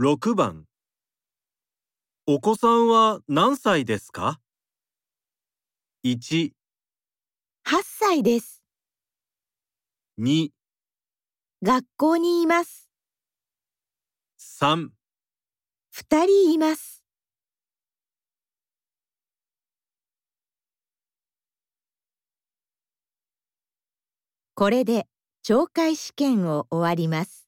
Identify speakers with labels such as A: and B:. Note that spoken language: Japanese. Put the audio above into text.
A: 6番お子さんは何歳ですか ?1、
B: 8歳です。
A: 2、
B: 学校にいます。
A: 3
B: 二人います。これで懲戒試験を終わります。